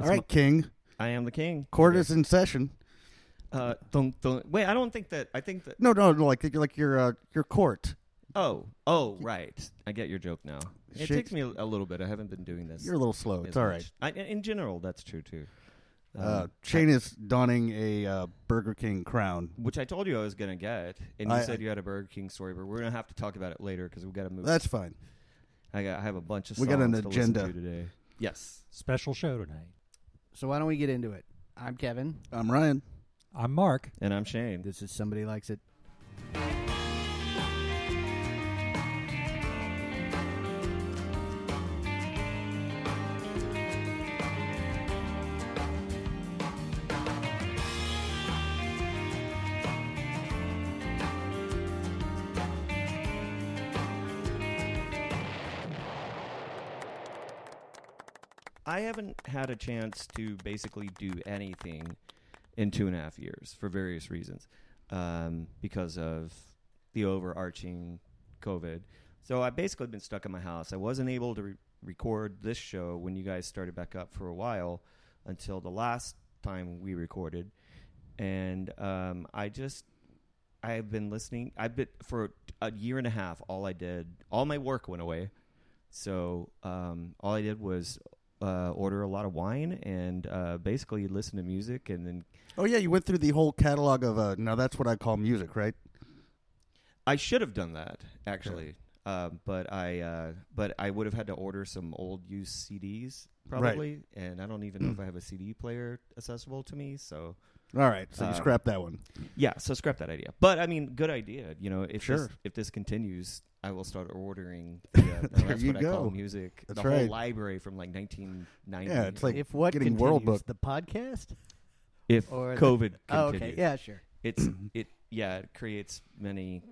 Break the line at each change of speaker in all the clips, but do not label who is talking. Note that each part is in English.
All right, King.
I am the king.
Court is in session.
Uh, don't don't wait. I don't think that. I think that.
No, no, no. Like like your uh, your court.
Oh oh right. I get your joke now. It
Shake-
takes me a, a little bit. I haven't been doing this.
You're a little slow.
as
It's all right.
much. I, in general, that's true too. Um,
Uh, Shane is donning a uh, Burger King crown.
which I told you I was gonna get, and you
I-
said you had a Burger King story, but we're gonna have to talk about it later because we got to move.
That's fine.
I got. I have a bunch of.
We got an
songs to listen
agenda.
to today. Yes.
Special show tonight.
So why don't we get into it? I'm Kevin.
I'm Ryan.
I'm Mark.
And I'm Shane.
This is somebody likes it.
I haven't had a chance to basically do anything in two and a half years for various reasons, um, because of the overarching COVID. So I've basically been stuck in my house. I wasn't able to re- record this show when you guys started back up for a while until the last time we recorded, and um, I just I've been listening. I've been for a year and a half. All I did, all my work went away. So um, all I did was uh, order a lot of wine and uh, basically listen to music and then
Oh yeah, you went through the whole catalog of uh, now that's what I call music, right?
I should have done that actually, uh, but I uh, but I would have had to order some old used CDs
Right.
probably, and I don't even know if I have a CD player accessible to me. So
All right, so you
Uh,
scrap that one.
yeah, so scrap that idea. But I mean, good idea. You know, if
Sure.
this, if this continues. I will start ordering. The, uh,
There
that's
you
what I
go.
call music.
That's
the whole
right.
library from like 1990.
Yeah, it's like
if what
getting
continues,
World Book.
the podcast?
if
or the-
COVID continues.
Oh, okay. Yeah, sure.
it's it yeah it creates many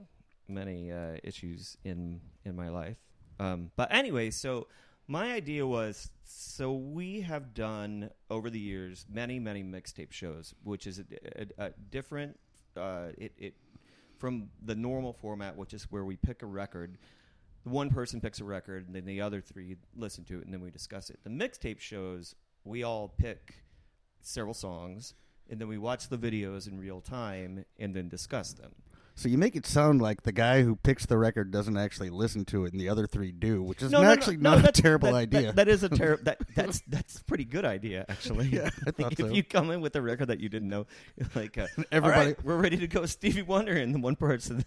many uh, issues in in my life um, but anyway so my idea was so we have done over the years many many mixtape shows which is a, a, a different uh, it, it from the normal format which is where we pick a record one person picks a record and then the other three listen to it and then we discuss it the mixtape shows we all pick several songs and then we watch the videos in real time and then discuss them.
So you make it sound like the guy who picks the record doesn't actually listen to it, and the other three do, which is actually not a
that's-
terrible
that-
idea.
that- that is a terrible. That, that's that's a pretty good idea actually.
Yeah, I thought
if
so.
you come in with a record that you didn't know, like uh,
Everybody-
"All right, we're ready to go Stevie Wonder, and the one person.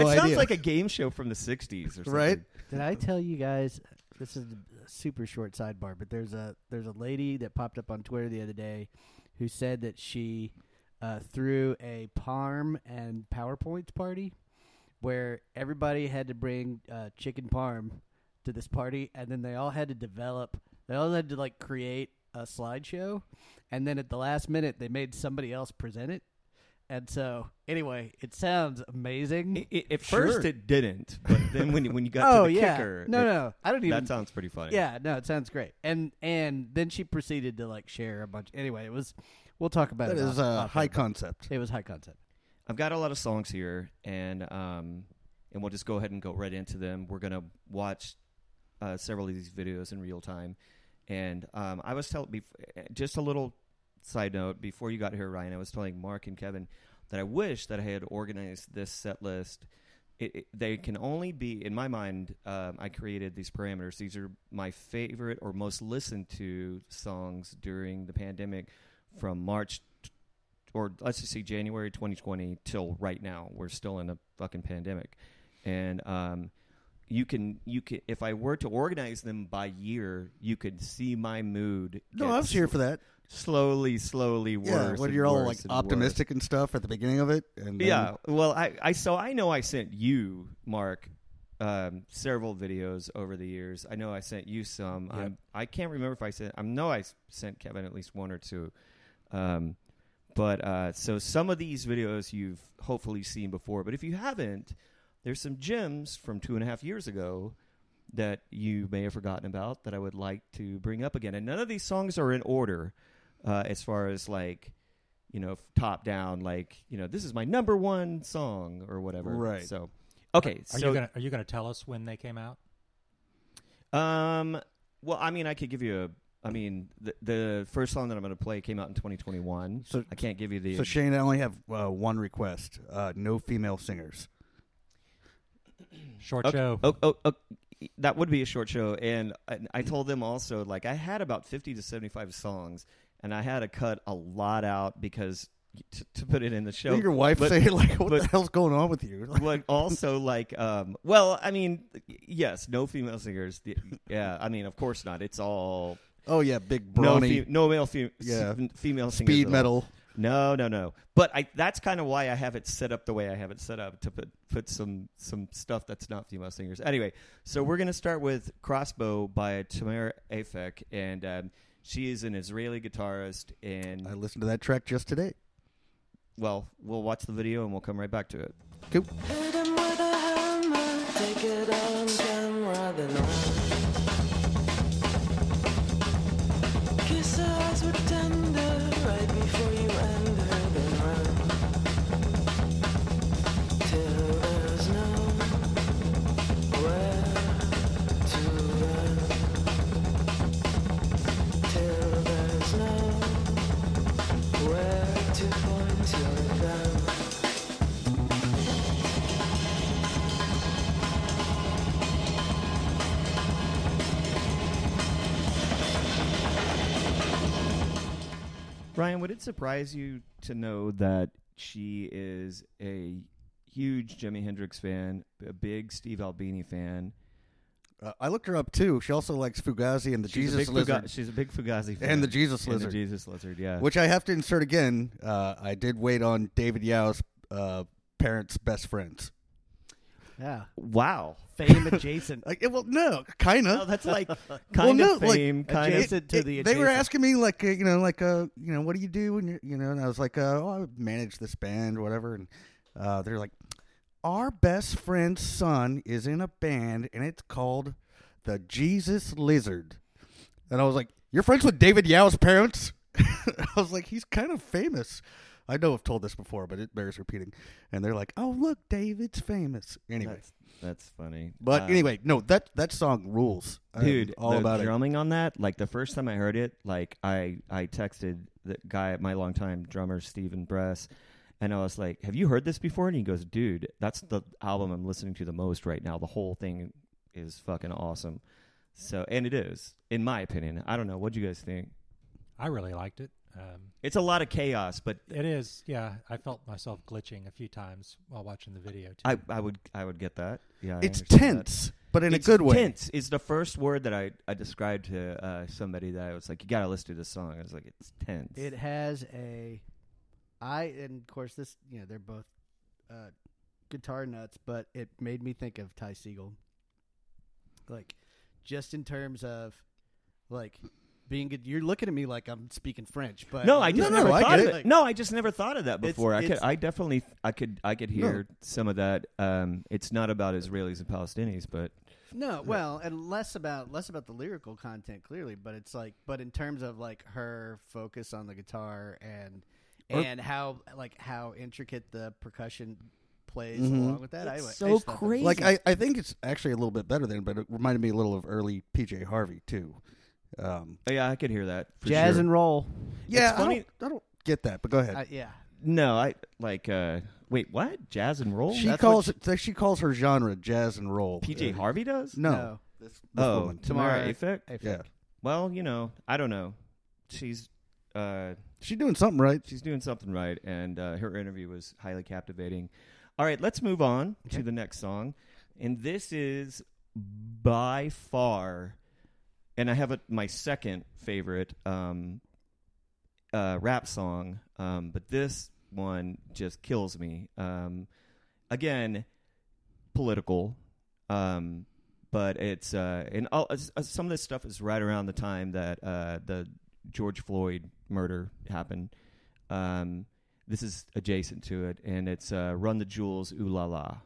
it
idea.
sounds like a game show from the '60s or something.
Right?
Did I tell you guys? This is a super short sidebar, but there's a there's a lady that popped up on Twitter the other day who said that she uh, threw a parm and powerpoints party where everybody had to bring uh, chicken parm to this party, and then they all had to develop. They all had to like create a slideshow, and then at the last minute they made somebody else present it. And so, anyway, it sounds amazing.
I- I- at
Sure.
first, it didn't, but then when you- when you got
oh
to the
yeah,
kicker,
no,
it-
no, I don't even.
that sounds pretty funny.
Yeah, no, it sounds great. And and then she proceeded to like share a bunch. Anyway, it was. We'll talk about
that
it.
is
off-
a
off
high
air.
concept.
It was high concept.
I've got a lot of songs here, and um, and we'll just go ahead and go right into them. We're gonna watch uh, several of these videos in real time, and um, I was telling bef- just a little side note before you got here, Ryan. I was telling Mark and Kevin that I wish that I had organized this set list. It, it- they can only be in my mind. Um, I created these parameters. These are my favorite or most listened to songs during the pandemic, from March or let's just say January 2020 till right now. We're still in a fucking pandemic, and um, you can you can if I were to organize them by year, you could see my mood.
No,
get
I was here for that.
slowly, slowly worse.
yeah, when
and
you're all
worse
like
and worse.
optimistic and stuff at the beginning of it, and then-
Yeah. Well, I, I so I know I sent you Mark um, several videos over the years. I know I sent you some. I'm- I can't remember if I sent. I know I s- sent Kevin at least one or two. Um, but uh, so some of these videos you've hopefully seen before, but if you haven't, there's some gems from two and a half years ago that you may have forgotten about that I would like to bring up again. And none of these songs are in order uh, as far as like, you know, f- top down, like, you know, this is my number one song or whatever.
Right.
So, okay.
Are
so,
you gonna Are you gonna tell us when they came out?
um, well, I mean, I could give you I mean, the, the first song that I'm going to play came out in 2021.
So-
I can't give you the.
So Shane, I only have uh, one request: uh, no female singers.
Short
Okay.
show.
oh, oh, oh, that would be a short show. And I, I told them also, like, I had about 50 to 75 songs, and I had to cut a lot out because to, to put it in the show.
Didn't your wife
but-
say like, "What
but-
the hell's going on with you?"
but also like um well i mean yes no female singers The- yeah i mean of course not it's all
oh yeah, big
no,
brawny
fe- no male fe- s-
Yeah.
female singers
speed
at all.
metal.
no no no but i that's kind of why i have it set up the way i have it set up to put put some some stuff that's not female singers anyway so we're going to start with crossbow by tamara afek and um, she is an israeli guitarist and
I listened to that track just today.
well we'll watch the video and we'll come right back to it
Cool.
Hit 'em with a hammer, take it on camera, then on. Kiss her eyes with tender, right before you end her, then run. Till there's nowhere to run. Till there's nowhere to point your gun.
Ryan, would it surprise you to know that she is a huge Jimi Hendrix fan, a big Steve Albini fan?
Uh, I looked her up too. She also likes Fugazi and the
She's
Jesus
a big Fuga-
Lizard
she's a big Fugazi fan.
and the Jesus
And the
Lizard,
Jesus Lizard, yeah.
which I have to insert again. Uh, I did wait on David Yao's uh, parents' best friends.
Yeah.
wow.
Fame adjacent.
Like, eh, well, no, kind
No,
of.
that's like kind
no,
of
like,
fame, kind of.
adjacent to the
they were
adjacent.
asking me like uh, you know like uh you know what do you do when you you know and I was like uh, oh I manage this band or whatever and uh, they're like our best friend's son is in a band and it's called the Jesus Lizard and I was like you're friends with David Yao's parents I was like he's kind of famous I know I've told this before but it bears repeating and they're like oh look David's famous anyway
That's, that's funny.
but
Um,
anyway no that that song rules I'm
dude,
all
the
about it
drumming on that, like the first time I heard it, like I I texted the guy, my longtime drummer Steven Bress, and I was like, "Have you heard this before?" And he goes, "Dude, that's the album I'm listening to the most right now. The whole thing is fucking awesome." So, and it is, in my opinion. I don't know. What do you guys think?
I really liked it. Um,
It's a lot of chaos, but
it is, yeah. I felt myself glitching a few times while watching the video too.
I I would I would get that. Yeah, I
it's
understand that.
tense but in
It's
a good way
Tense is the first word that I, I described to uh, somebody that I was like, you gotta listen to this song. I was like, it's tense.
It has a, I and of course this you know they're both uh, guitar nuts, but it made me think of Ty Segall. Like, just in terms of, like, being good. You're looking at me like I'm speaking French, but
No, I just
no,
never
I
thought
get
of
it.
it. No, I just never thought of that
It's-
before. I could,
it's-
I definitely, I could, I could hear some of that. Um, it's not about Israelis and Palestinians, but
No, well, and less about less about the lyrical content clearly, but it's like but in terms of like her focus on the guitar and
Or-
and how like how intricate the percussion plays
Mhm.
along with that. I,
It's
I
so
just thought that was-
crazy.
Like I, I think it's actually a little bit better than, but it reminded me a little of early PJ Harvey too. Um,
oh, yeah, I could hear that. For
jazz
sure.
and roll.
yeah, I
funny-
don't, I don't get that, but go ahead.
I, yeah.
no, I like. Uh, wait, what? Jazz and roll?
she
that's
calls it. she calls her genre jazz and roll.
PJ
Uh,
Harvey does.
No,
No.
This, this
oh,
woman.
Tamara
Tamara
Afek.
I
Yeah,
think.
Well, you know, I don't know. She's. Uh,
she's doing something right.
she's doing something right, and uh, her interview was highly captivating. All right, let's move on to
Okay.
the next song, and this is by far, and I have a, my second favorite um, uh, rap song, um, but this one just kills me. Um, again, political. Um, but it's uh, and all, uh, s- uh, some of this stuff is right around the time that uh, the George Floyd murder happened. Um, this is adjacent to it, and it's uh, "Run the Jewels, Ooh La La."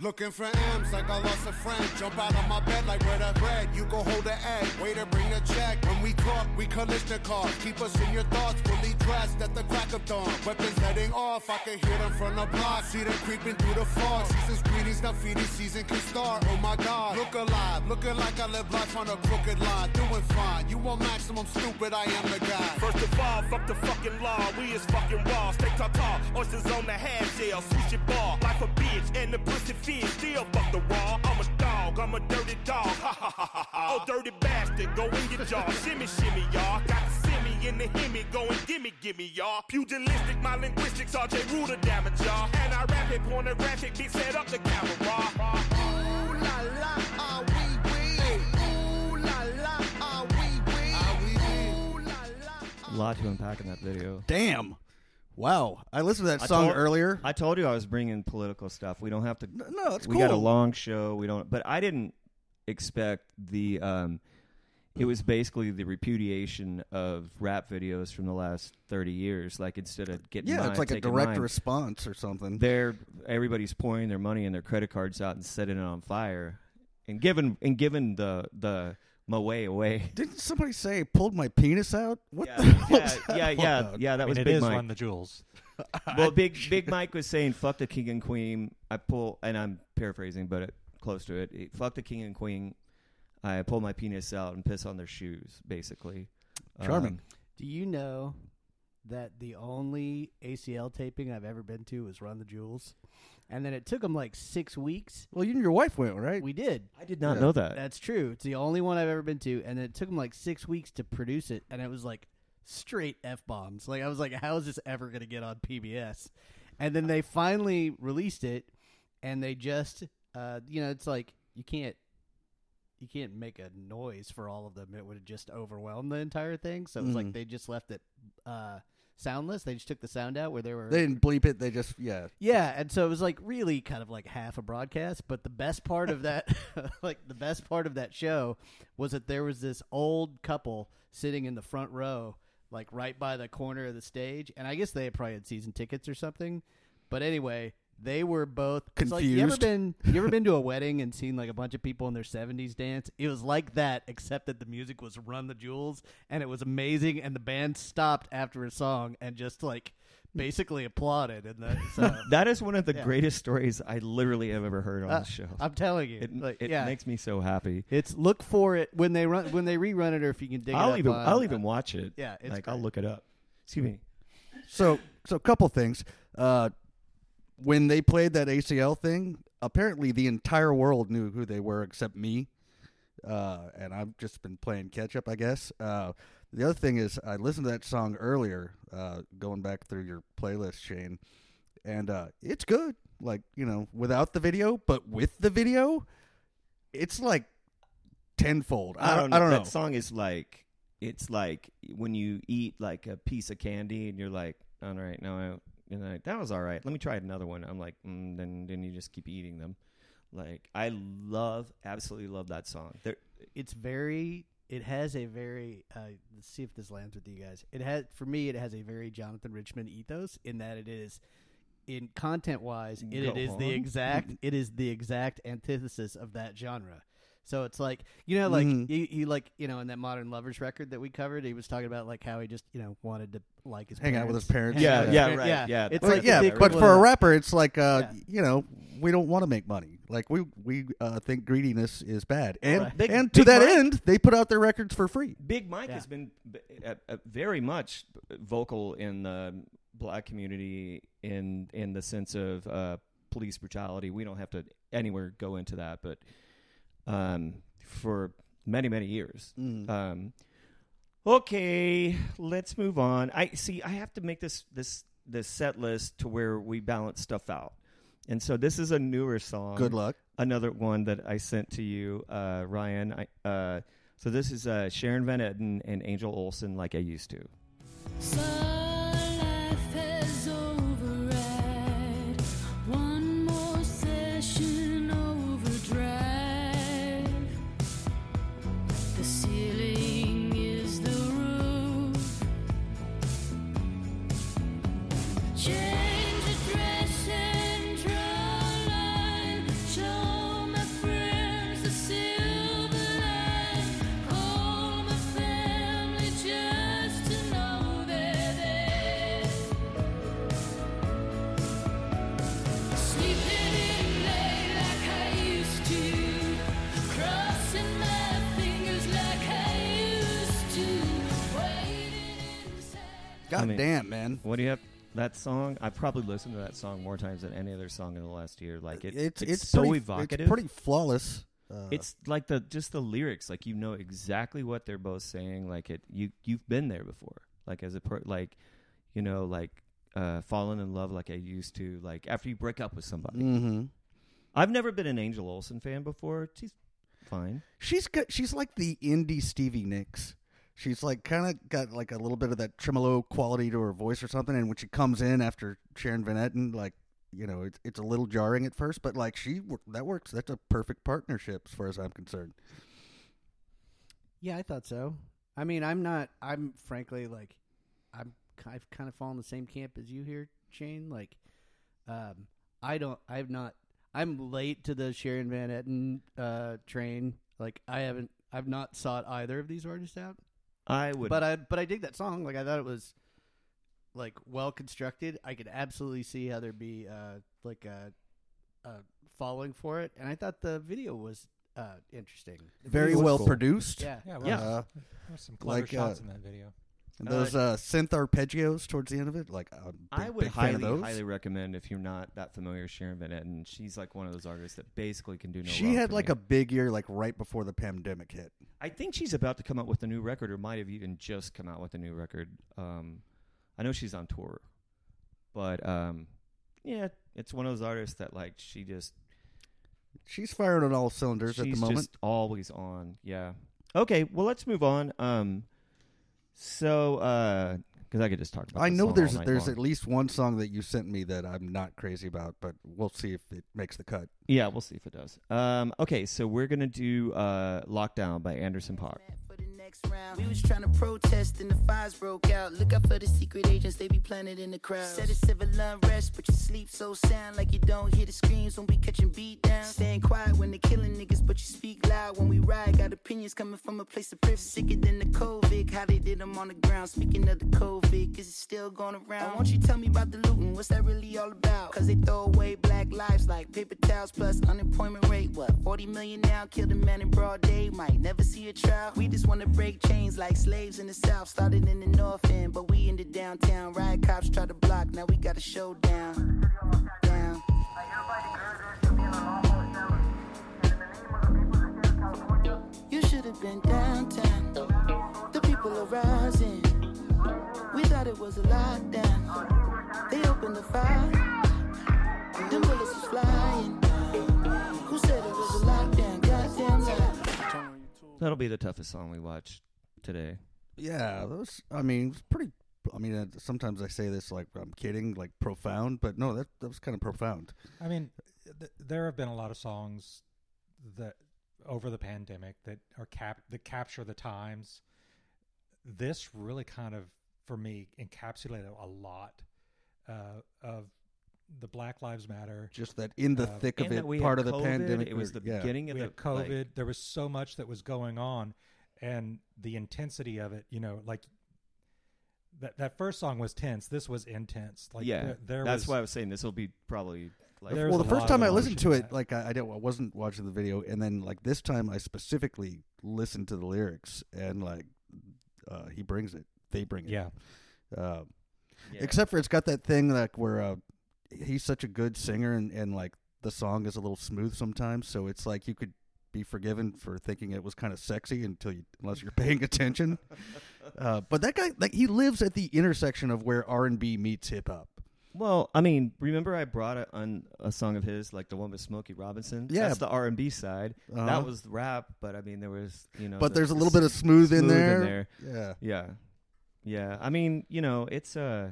Looking for M's like I lost a friend. Jump out of my bed like where the bread. You go hold the egg. Way to bring the check. When we talk, we Kalishnikov. Keep us in your thoughts, fully dressed at the crack of dawn. Weapons heading off, I can hear them from the block. See them creeping through the fog. Season's greetings, now feeding season can start. Oh my god, look alive, looking like I live life on a crooked line. Doing fine, you want maximum stupid, I am the guy.
First of all, fuck the fucking law. We is fucking raw. Stay tall, tall. Oysters on the half shell. Switch your ball. Life a bitch and the pussy fish. Still fuck the raw. I'm a dog. I'm a dirty dog. Ha ha ha ha ha. Oh, dirty bastard. Go in your jaw. shimmy, shimmy, y'all. Got the simmy in the hemi. Go and gimme, gimme, y'all. Pugilistic. My linguistics. RJ Ruder damage, y'all. And I rap it. Pornographic. Be set up the camera.
Ooh la la, are we weird? Ooh la la, are we weird? Are we weird? Ooh la
A
la.
lot to unpack in that video.
Damn. Wow. I listened to that
I
song
told-
earlier.
I told you I was bringing political stuff. We don't have to.
no, it's
we got a
cool.
long show. We don't. But I didn't expect the. Um, it was basically the repudiation of rap videos from the last thirty years. Like instead of getting
yeah,
mine,
it's like a
taking
direct
mine,
response or something.
They're everybody's pouring their money and their credit cards out and setting it on fire, and giving and giving the the my way away.
Didn't somebody say pulled my penis out? What
Yeah,
the hell
yeah,
was that
yeah, yeah,
about?
yeah. That
I mean,
was
it
Big
is
Mike.
one of the jewels.
Well, Big Big Mike was saying, "Fuck the king and queen." I pull, and I'm paraphrasing, but it, close to it. It- Fuck the king and queen. I pull my penis out and piss on their shoes, basically. Um,
Charming.
Do you know that the only ACL taping I've ever been to was Run the Jewels? And then it took them like six weeks.
Well, you and your wife went, right?
We did.
I did not
Yeah.
know that.
That's true. It's the only one I've ever been to. And it took them like six weeks to produce it. And it was like straight F bombs. Like, I was like, how is this ever going to get on PBS? And then they finally released it. And they just, uh, you know, it's like, you can't. You can't make a noise for all of them. It would just overwhelm the entire thing. So it was
Mm.
like they just left it uh, soundless. They just took the sound out where they were.
They didn't bleep it. They just yeah.
Yeah, and so it was like really kind of like half a broadcast, but the best part of that like the best part of that show was that there was this old couple sitting in the front row like right by the corner of the stage, and I guess they probably had season tickets or something. But anyway, they were both it's Like, you ever
Confused.
been you ever been to a wedding and seen like a bunch of people in their 70s dance? It was like that except that the music was Run the Jewels and it was amazing and the band stopped after a song and just like basically applauded and the, so
that is one of the
um, Yeah.
greatest stories I literally have ever heard on
Uh,
the show.
I'm telling you,
it
like,
it
yeah,
makes me so happy.
it's look for it when they run when they rerun it, or if you can dig it
I'll
up
even
on- uh,
I'll even watch it.
yeah, it's
like I'll
great.
look it up. Excuse me.
So so a couple things. Uh, when they played that ACL thing, apparently the entire world knew who they were except me. Uh, and I've just been playing catch up, I guess. Uh, the other thing is, I listened to that song earlier, uh, going back through your playlist, Shane, and uh, it's good. Like you know, without the video, but with the video, it's like tenfold. I, don't. I don't know.
That song is like it's like when you eat like a piece of candy and you're like, all right, no, I, and like, that was all right. Let me try another one. I'm like, mm, then then you just keep eating them. Like I love, absolutely love that song. There,
It's very. It has a very. Uh, let's see if this lands with you guys. It has for me. It has a very Jonathan Richmond ethos in that it is. In content wise, it, it
Go
is the
on.
exact it is the exact antithesis of that genre. So it's like you know, like
Mm-hmm.
Mhm.
he, he like you know in that modern lovers record that we covered, he was talking about like how he just you know wanted to like his
Hang out with his parents.
hang out
Yeah,
with
yeah,
his parents.
right, yeah.
It's
Well,
Well,
like the Mm.
yeah,
the
but
equivalent
for
of-
a rapper, it's like uh,
Yeah.
you know, we don't want to make money. Like we we uh, think greediness is bad, and
Right. Big-
and to
Big
that
Mike-
end, they put out their records for free.
Big Mike
Yeah.
has been b- uh, uh, very much vocal in the black community in in the sense of uh, police brutality. We don't have to anywhere go into that, but um, for many many years. Um, okay, let's move on. I see. I have to make this this this set list to where we balance stuff out, and so this is a newer song
Good luck.
another one that I sent to you, uh, Ryan. I, uh, so this is uh, Sharon Van Etten and Angel Olsen, like I used to.
So life has override. One more session overdrive. The ceiling is the roof. Change address and draw line. Show my friends the silver line. Call my family.
God
I mean-
damn, man.
What do you have? That song, I've probably listened to that song more times than any other song in the last year. Like it, it's, so
pretty,
evocative.
It's pretty flawless. Uh,
It's like the just the lyrics. Like you know exactly what they're both saying. Like it, you you've been there before. Like as a per, like, you know, like uh, falling in love like I used to. Like after you break up with somebody,
hmm
I've never been an Angel Olsen fan before. She's fine.
She's got, she's like the indie Stevie Nicks. She's like kind of got like a little bit of that tremolo quality to her voice or something. And when she comes in after Sharon Van Etten, like you know, it's it's a little jarring at first, but like she wor- that works. That's a perfect partnership as far as I'm concerned.
Yeah, I thought so. I mean, I'm not. I'm frankly like, I'm. ki- I've kind of fallen the same camp as you here, Shane. Like, um, I don't. I've not. I'm late to the Sharon Van Etten uh, train. Like, I haven't. I've not sought either of these artists out.
I would.
But I. But I dig that song. Like, I thought it was like well constructed. I could absolutely see how there'd be uh, like a, a following for it, and I thought the video was uh, interesting.
Very
It was
well
cool.
produced.
Yeah.
Yeah,
Yeah.
Well,
Uh,
there's some clever
like, uh,
shots in that video.
and those uh, synth arpeggios towards the end of it, like I'm a big,
I would
big fan of
highly,
those.
highly recommend if you're not that familiar with Sharon Van Etten. She's like one of those artists that basically can do no
she
wrong
had
for
like
me.
a big year, like right before the pandemic hit.
I think she's about to come out with a new record, or might have even just come out with a new record. Um, I know she's on tour, but um, yeah, it's one of those artists that like she just
She's firing on all cylinders
she's
at the moment.
just always on. Yeah. Okay, well let's move on. Um, so because I could just talk about.
I
this
know
song
there's
all night
there's
long.
at least one song that you sent me that I'm not crazy about, but we'll see if it makes the cut.
yeah, we'll see if it does. Um, okay, so we're gonna do uh, "Lockdown" by Anderson Park.
for the next round. We was trying to protest and the fires broke out. Look out for the secret agents, they be planted in the crowd. Said it's civil unrest, but you sleep so sound like you don't hear the screams when we catching beat down. Staying quiet when they killing niggas, but you speak loud when we ride. Got opinions coming from a place of privilege. Sicker than the COVID, how they did them on the ground. Speaking of the COVID, is it still going around? Why won't you tell me about the looting? What's that really all about? Cause they throw away black lives like paper towels plus unemployment rate. What, 40 million now? Killed a man in broad day, might never see a trial. We just wanna break chains like slaves in the south. Started in the north end, but we in the downtown. Riot cops try to block, now we got a showdown. Down. You should have been downtown. The people are rising. We thought it was a lockdown. They opened the fire. Them bullets was flying. Who said it was a lockdown? Goddamn lie.
That'll be the toughest song we watch today.
Yeah, those. I mean, it's pretty. I mean, uh, sometimes I say this like I'm kidding, like profound, but no, that that was kind of profound.
I mean, th- there have been a lot of songs that over the pandemic that are cap that capture the times. This really kind of, for me, encapsulated a lot uh, of the Black Lives Matter.
Just that in the
Uh,
thick of
And that we
it,
had
part of the
COVID,
pandemic.
It was the
we- yeah.
beginning of
we
the
had COVID.
like,
there was so much that was going on, and the intensity of it. You know, like that that first song was tense. This was intense. Like
yeah,
there, there
that's
was,
why I was saying this will be probably like
There
Well,
was
the
a
first
lot
time
of
I listened to
emotion in
it,
that.
like I, I, didn't, I wasn't watching the video, and then like this time I specifically listened to the lyrics, and like uh, he brings it, they bring it.
Yeah,
Uh,
yeah.
except for it's got that thing like where uh, he's such a good singer and, and like the song is a little smooth sometimes so it's like you could be forgiven for thinking it was kind of sexy until you unless you're paying attention uh, but that guy like he lives at the intersection of where r&b meets hip-hop
well, I mean, remember I brought a, on a song of his, like the one with Smokey Robinson.
Yeah.
that's the R and B side.
Uh-huh.
That was the rap, but I mean, there was you know,
but
the-
there's a
the
little bit of smooth, in,
smooth
there.
in there.
yeah
Yeah, yeah. I mean, you know, it's uh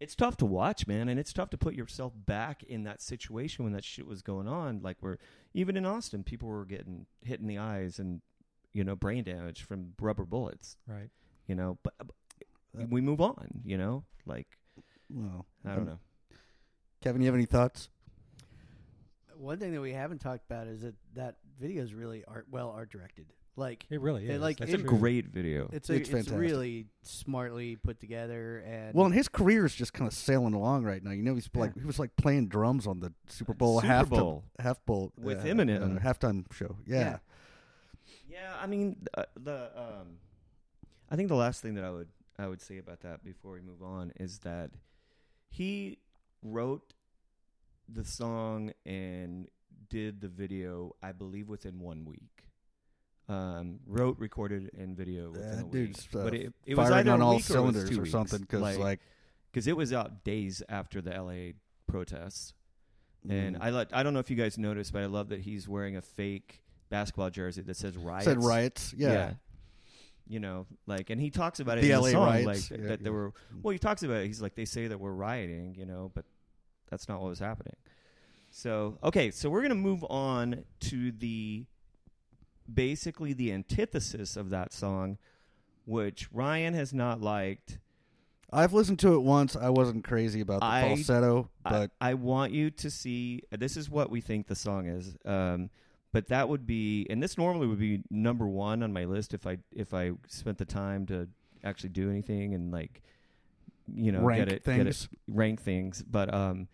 it's tough to watch, man, and it's tough to put yourself back in that situation when that shit was going on. Like, where even in Austin, people were getting hit in the eyes and you know brain damage from rubber bullets.
right.
you know but,
Uh,
but we move on you know like
well, uh,
i don't know
kevin you have any thoughts
One thing that we haven't talked about is that that video is really art well art directed. Like
It really
They
is.
like
That's
it's a
it-
true.
great video
it's a,
It's
it's,
fantastic.
really smartly put together and
well and his career is just kind of sailing along right now you know he's like he was like playing drums on the super bowl
Super
half
Bowl.
half bowl
With
uh,
Eminem.
uh, halftime show yeah.
Yeah.
yeah i mean uh, the um i think the last thing that i would I would say about that before we move on is that he wrote the song and did the video, I believe, within one week. Um, wrote, recorded, and video within a
That
week.
dude's uh,
but it, it was
firing
either
on
a
all
week or, it was
cylinders
two
or
weeks.
something because like,
because it was out days after the LA protests. And
Mm.
I let, I don't know if you guys noticed, but I love that he's wearing a fake basketball jersey that says riots.
said riots. Yeah.
You know, like, and he talks about it
The
in
LA
the song,
riots.
like th-
Yeah,
that there
yeah.
were. Well, he talks about it. He's like, they say that we're rioting, you know, but that's not what was happening. So okay, so we're gonna move on to the basically the antithesis of that song, which Ryan has not liked.
I've listened to it once. I wasn't crazy about the
I-
falsetto, but
I, I want you to see this is what we think the song is. Um, but that would be, and this normally would be number one on my list if I if I spent the time to actually do anything and like, you know,
rank
get it, get it,
things.
rank things. But um,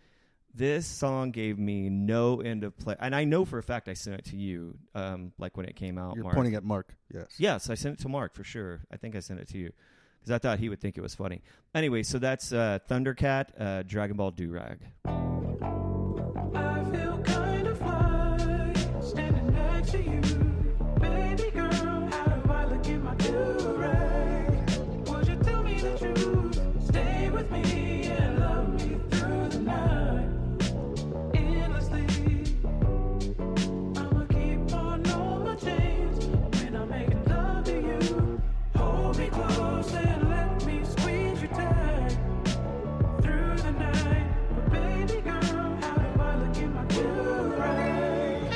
this song gave me no end of play, and I know for a fact I sent it to you, um, like when it came out.
You're
Mark.
pointing at Mark. Yes.
Yes, I sent it to Mark for sure. I think I sent it to you because I thought he would think it was funny. Anyway, so that's uh, Thundercat, uh, Dragon Ball Durag.
I feel kind of fly standing next to you, baby girl. How do I look in my do-rag? Would you tell me the truth? Stay with me and love me through the night, endlessly. I'ma keep on all my chains when I'm making love to you. Hold me close and let me squeeze you tight through the night. But baby girl, how do I look in my blue eyes?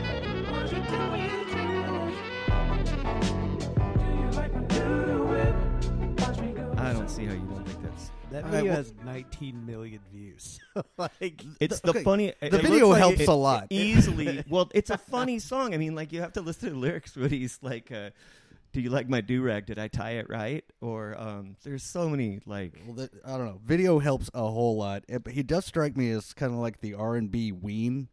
Would you tell me the truth? Do you like my blue whip? Watch me go.
I don't see how you don't think that's.
That
All right,
video
well-
has 19 million views. like
It's
The-
the,
okay,
funny.
the video helps a lot.
Easily, well, it's a funny song. I mean, like you have to listen to the lyrics, but he's like, uh, "Do you like my do rag? Did I tie it right?" Or um, there's so many like.
Well, that, I don't know. Video helps a whole lot. It, but he does strike me as kind of like the R and B Ween.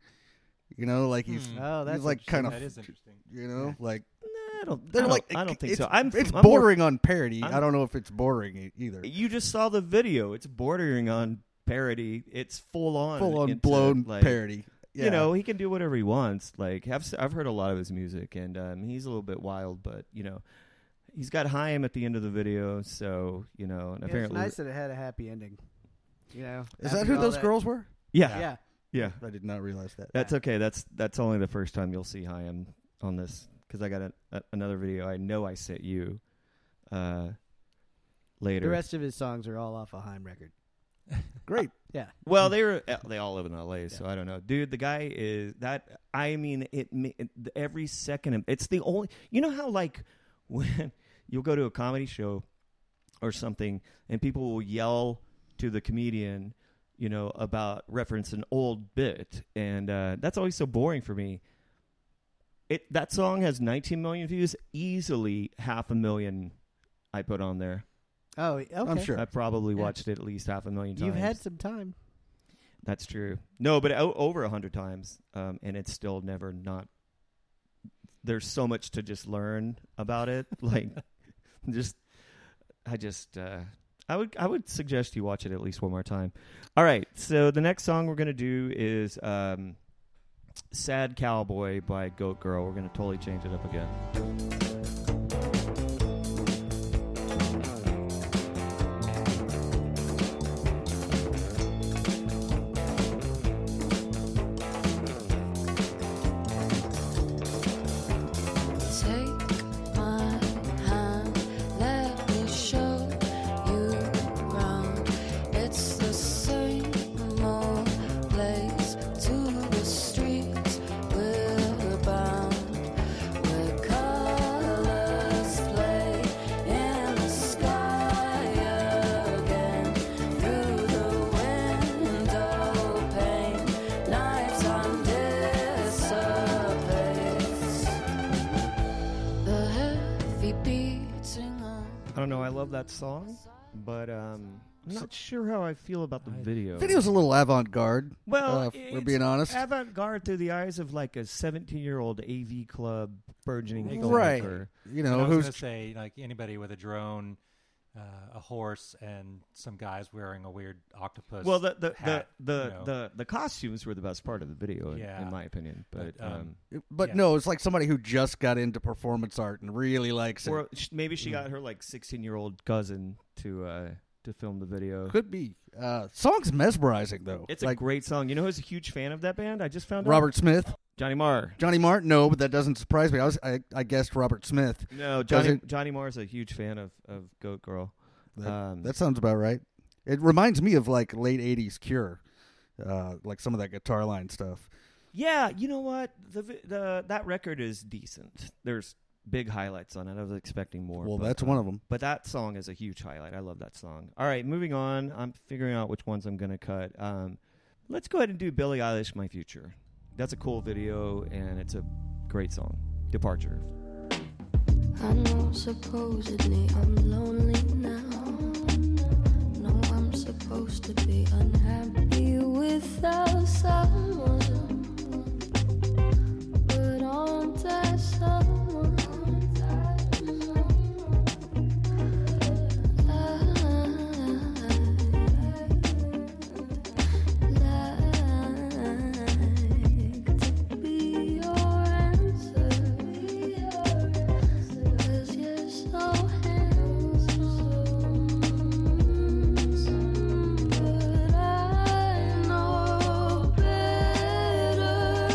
You know, like he's
Hmm.
oh, that's
he's like kind of
That is interesting.
you know like
Nah, I don't. I
they're
don't,
like
I don't think
it's,
so. I'm.
it's
I'm more-
bordering on parody. I'm, I
I'm-
do not know if it's boring e- either.
you just saw the video. It's bordering on parody. It's full on.
Full on
into,
blown
like,
parody. Yeah.
You know, he can do whatever he wants. Like I've s- I've heard a lot of his music, and um, he's a little bit wild, but you know, he's got Haim at the end of the video, so you know, and
Yeah,
apparently,
it's nice that it had a happy ending. You know,
is
after
that who
all
those girls were?
yeah,
Yeah,
yeah.
I did not realize that.
That's okay. That's that's only the first time you'll see Haim on this because I got a, a, another video. I know I sent you uh, later.
the rest of his songs are all off a Heim record.
Great.
Yeah,
Well, they were uh, they all live in L.A., so I don't know, dude. The guy is that. I mean, it, ma- it every second. of- It's the only. You know how like when you'll go to a comedy show or something, and people will yell to the comedian, you know, about reference an old bit, and uh, that's always so boring for me. It that song has 19 million views, easily half a million. I put on there.
Oh, okay.
I'm sure.
I probably
Yeah.
watched it at least half a million times.
You've had some time.
That's true. No, but o- over a hundred times, um, and it's still never not. There's so much to just learn about it. Like, just, I just, uh, I would, I would suggest you watch it at least one more time. All right. So the next song we're gonna do is um, "Sad Cowboy" by Goat Girl. We're gonna totally change it up again.
Take my hand, let me show you round. It's the same old place to the streets we're bound. Where colors play in the sky again. Through the window pane, nighttime dissipates. The heavy beating on
I don't know. I love that song, but um, I'm not sure how I feel about the video.
Video's a little avant-garde.
Well,
uh, if we're being honest.
avant-garde through the eyes of like a 17-year-old AV club burgeoning
Right.
filmmaker.
You
And
know
I was
who's
gonna say like anybody with a drone uh, a horse and some guys wearing a weird octopus.
Well, the the
hat,
the the,
you know.
the the costumes were the best part of the video, in,
Yeah.
in my opinion. But,
But, um,
um,
But
Yeah.
no, it's like somebody who just got into performance art and really likes it.
or sh- maybe
mm.
she got her like sixteen year old cousin to uh, to film the video.
Could be. Uh, song's mesmerizing though.
It's a
like
great song. You know who's a huge fan of that band? I just found out.
Robert Smith,
Johnny Marr.
Johnny Martin. No, but that doesn't surprise me. I was I, I guessed Robert Smith.
No,
Does
Johnny
it-
Johnny Marr's a huge fan of, of Goat Girl.
That,
Um,
that sounds about right. It reminds me of like late '80s Cure, uh, like some of that guitar line stuff.
Yeah, you know what? The vi- the that record is decent. There's big highlights on it. I was expecting more.
well,
but,
that's
um,
one of them.
But that song is a huge highlight. I love that song. All right, moving on. I'm figuring out which ones I'm going to cut. Um, let's go ahead and do Billie Eilish, My Future. That's a cool video, and it's a great song. Departure.
I know supposedly I'm lonely now. No, I'm supposed to be unhappy without someone. But aren't I someone? I'd like to be your answer. Cause you're so handsome, but I know better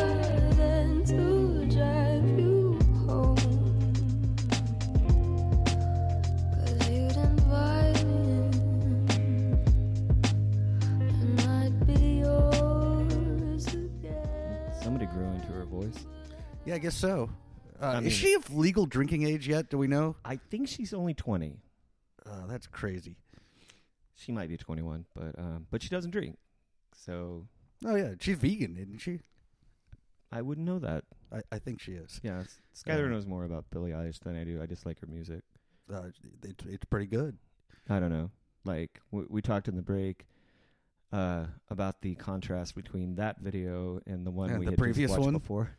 than to drive you home. Cause you'd invite me, and I'd be yours again.
Somebody grew into her voice.
Yeah, I guess so. Uh,
I mean-
is she of legal drinking age yet? Do we know?
I think she's only 20.
Uh, that's crazy.
She might be 21, but um, but she doesn't drink. So
Oh yeah, she's vegan, isn't she?
I wouldn't know that.
I, I think she is.
Yeah, S- Skyler
Yeah.
knows more about Billie Eilish than I do. I just like her music.
Uh, it, it's pretty good.
I don't know. Like we, we talked in the break uh, about the contrast between that video and the one
And
we
the
had just
previous
watched
one?
before.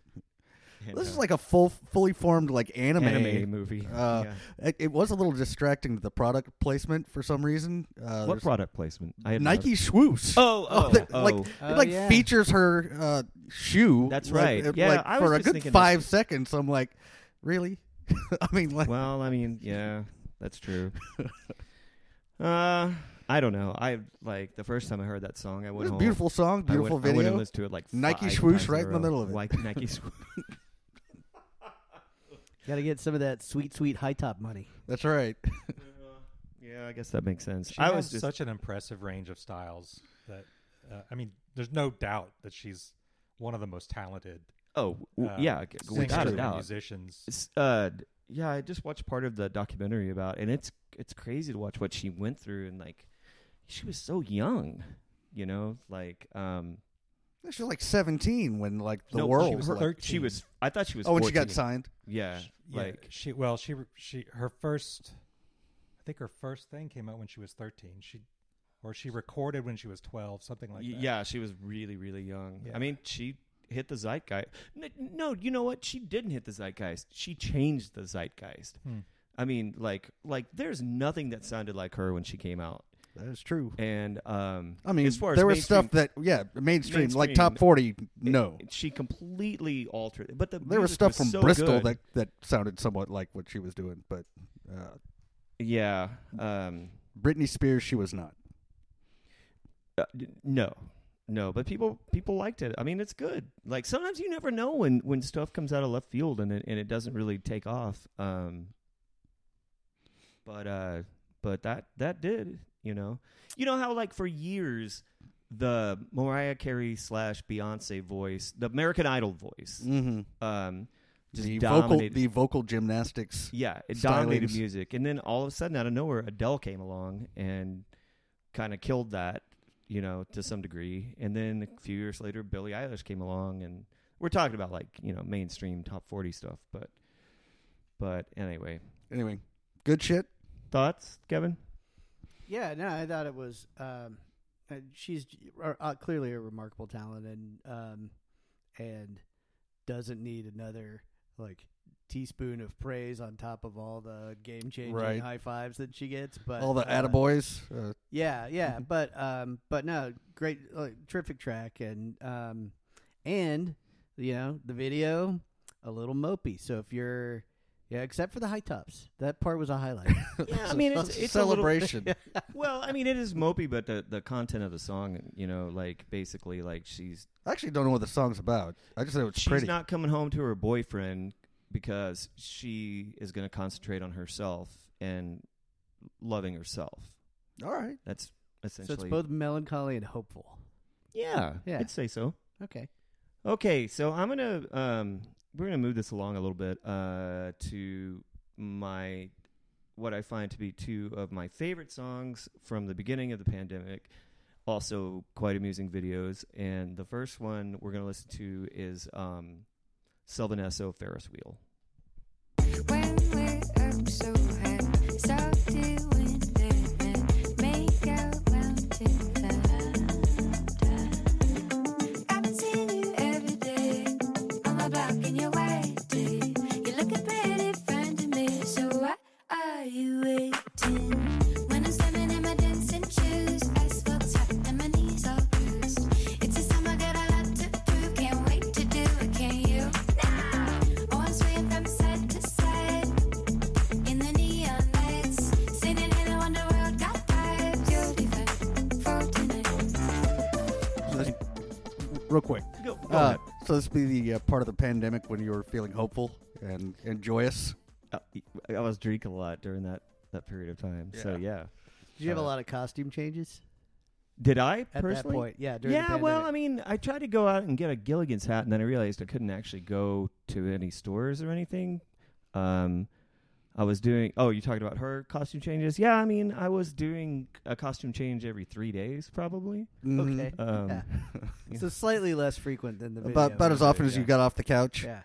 This is
like
like a full, fully formed like anime.
anime movie.
Uh,
Yeah.
It, it was a little distracting to the product placement for some reason. Uh,
What
there's
product placement? I had
Nike
not-
swoosh.
Oh, oh,
that-
oh.
like
Oh,
it like
yeah.
features her uh, shoe.
That's
like-
right.
it-
Yeah,
like,
I was
for a
just
good
thinking that-
five seconds, I'm like, really? I mean, like,
well, I mean, yeah, that's true. uh, I don't know. I like the first time I heard that song, I
it
went
was a
home.
beautiful song,
I
beautiful
went, I went and
video.
listened to it like
Nike
five
swoosh
times
right
a
in the
row.
middle of it.
Like Nike swoosh.
Got to get some of that sweet, sweet high top money.
That's right.
yeah, I guess that makes sense.
She
I
has
was just
such an impressive range of styles that uh, I mean, there's no doubt that she's one of the most talented.
oh w-
Uh,
yeah, g-
singers
without a
and
doubt.
musicians.
It's, uh, d- yeah, I just watched part of the documentary about, and it's it's crazy to watch what she went through, and like she was so young, you know, like um,
She was like 17 when like the
no,
world.
She was,
like-
her- she was. I thought she was.
oh, when she got
14.
signed.
Yeah,
Sh-
uh, like
she well she re- she her first i think her first thing came out when she was 13 she or she recorded when she was 12 something like
y-
that
yeah, she was really really young.
Yeah.
I mean, she hit the zeitgeist. N- No, you know what? She didn't hit the zeitgeist. She changed the zeitgeist.
Hmm.
I mean, like like there's nothing that sounded like her when she came out.
That is true.
And um,
I mean,
as far as
there was
mainstream
stuff that yeah, mainstream, like
mainstream,
top 40. No,
she completely altered. But the
there was
music
stuff from
so
Bristol
good.
that that sounded somewhat like what she was doing, but uh,
yeah, um,
Britney Spears, she was not.
uh, d- no, no. But people people liked it. I mean, it's good. Like sometimes you never know when when stuff comes out of left field and it, and it doesn't really take off. Um, but uh, but that that did. You know, you know how like for years the Mariah Carey slash Beyonce voice, the American Idol voice,
Mm-hmm.
um, just
the vocal
dominated.
the vocal gymnastics.
Yeah, it dominated
stylings.
music, and then all of a sudden, out of nowhere, Adele came along and kind of killed that, you know, to some degree. And then a few years later, Billie Eilish came along, and we're talking about like you know mainstream top forty stuff, but but anyway,
Anyway, good shit.
thoughts, Kevin?
Yeah, no, I thought it was. Um, uh, she's uh, uh, clearly a remarkable talent, and um, and doesn't need another like teaspoon of praise on top of all the game changing
Right.
high fives that she gets. But
All the
uh,
attaboys. Uh,
yeah, yeah, but um, but no, great, uh, terrific track, and um, and you know the video a little mopey. So if you're yeah, except for the high tops, that part was a highlight.
Yeah, I mean it's it's a little-
celebration.
well, I mean it is mopey, but the the content of the song, you know, like basically like she's
I actually don't know what the song's about. I just know it's
she's
pretty.
not coming home to her boyfriend because she is going to concentrate on herself and loving herself.
All right.
That's
so it's
essentially
both melancholy and hopeful.
yeah,
Yeah.
I'd say so.
Okay,
Okay, so I'm gonna um, we're gonna move this along a little bit uh, to my what I find to be two of my favorite songs from the beginning of the pandemic. Also, quite amusing videos, and the first one we're gonna listen to is um, Sylvanesso Ferris Wheel.
When we're up so high, stop doing that. Make out loud to the I've been seeing you every day on my block in your white tee. You're looking pretty fine to me, so why are you waiting? When I'm stepping in my dancing shoes, asphalt hot and my knees all bruised. It's a summer, got a lot to prove. Can't wait to do it, can you? Oh, I'm swaying from side to side in the neon lights, singing in a wonderworld. Got vibes, you're divine for tonight.
Real quick.
Go, go
Uh,
ahead.
so this be the uh, part of the pandemic when you were feeling hopeful and, and joyous.
Uh, I- I was drinking a lot during that that period of time. So
Yeah.
yeah,
did you have a
Uh,
lot of costume changes
did I
at
personally?
that point? Yeah, during the
yeah, well, I
pandemic.
mean, I tried to go out and get a Gilligan's hat, and then I realized I couldn't actually go to any stores or anything. Um, I was doing. Oh, you talking about her costume changes? Yeah, I mean, I was doing a costume change every three days, probably.
okay,
Um,
Yeah. so slightly less frequent than the video.
Mm-hmm. About, about as often as
yeah.
you got off the couch
Yeah,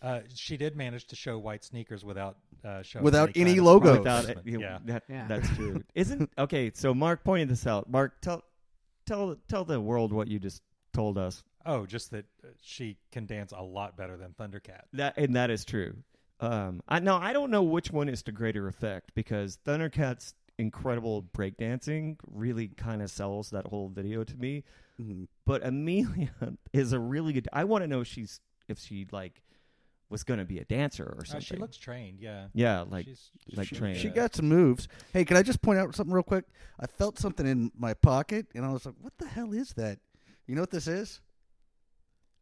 Uh, she did manage to show white sneakers without uh, showing
Without
any,
any
kind of
logo.
product
Without it,
placement.
you-
yeah.
that-
Oh, Yeah.
that's true. Isn't okay? So Mark pointed this out. Mark, tell tell tell the world what you just told us.
Oh, just that uh, she can dance a lot better than Thundercat. Uh,
That and that is true. Um, I now I don't know which one is to greater effect because Thundercat's incredible breakdancing really kind of sells that whole video to me.
Mhm.
But Amelia is a really good. I want to know if she's if she like was going to be a dancer or
Uh,
something.
she looks trained. Yeah.
yeah, like
She's-
like
she-
trained.
She got some moves. Hey, can I just point out something real quick? I felt something in my pocket, and I was like, "What the hell is that?" You know what this is?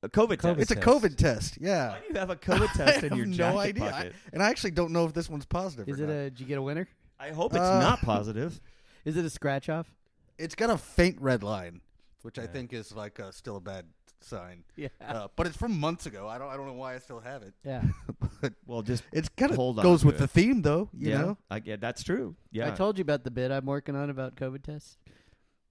a COVID,
COVID.
test.
it's
test.
a COVID test. Yeah.
Why do you have a COVID test
I
in your
have
jacket
no idea, I-
pocket?
and I actually don't know if this one's positive.
is
or
it
not.
a? Did you get a winner?
I, hope it's
Uh,
not positive.
Is it a scratch off?
It's got a faint red line, which I
Yeah.
think is like uh, still a bad sign.
Yeah,
Uh, but it's from months ago. I don't. I don't know why I still have it.
yeah.
but
Well, just
it's kind of
Hold on
goes
to
with
it.
the theme, though. You
yeah,
know,
I, yeah, that's true. Yeah,
I told you about the bit I'm working on about COVID tests.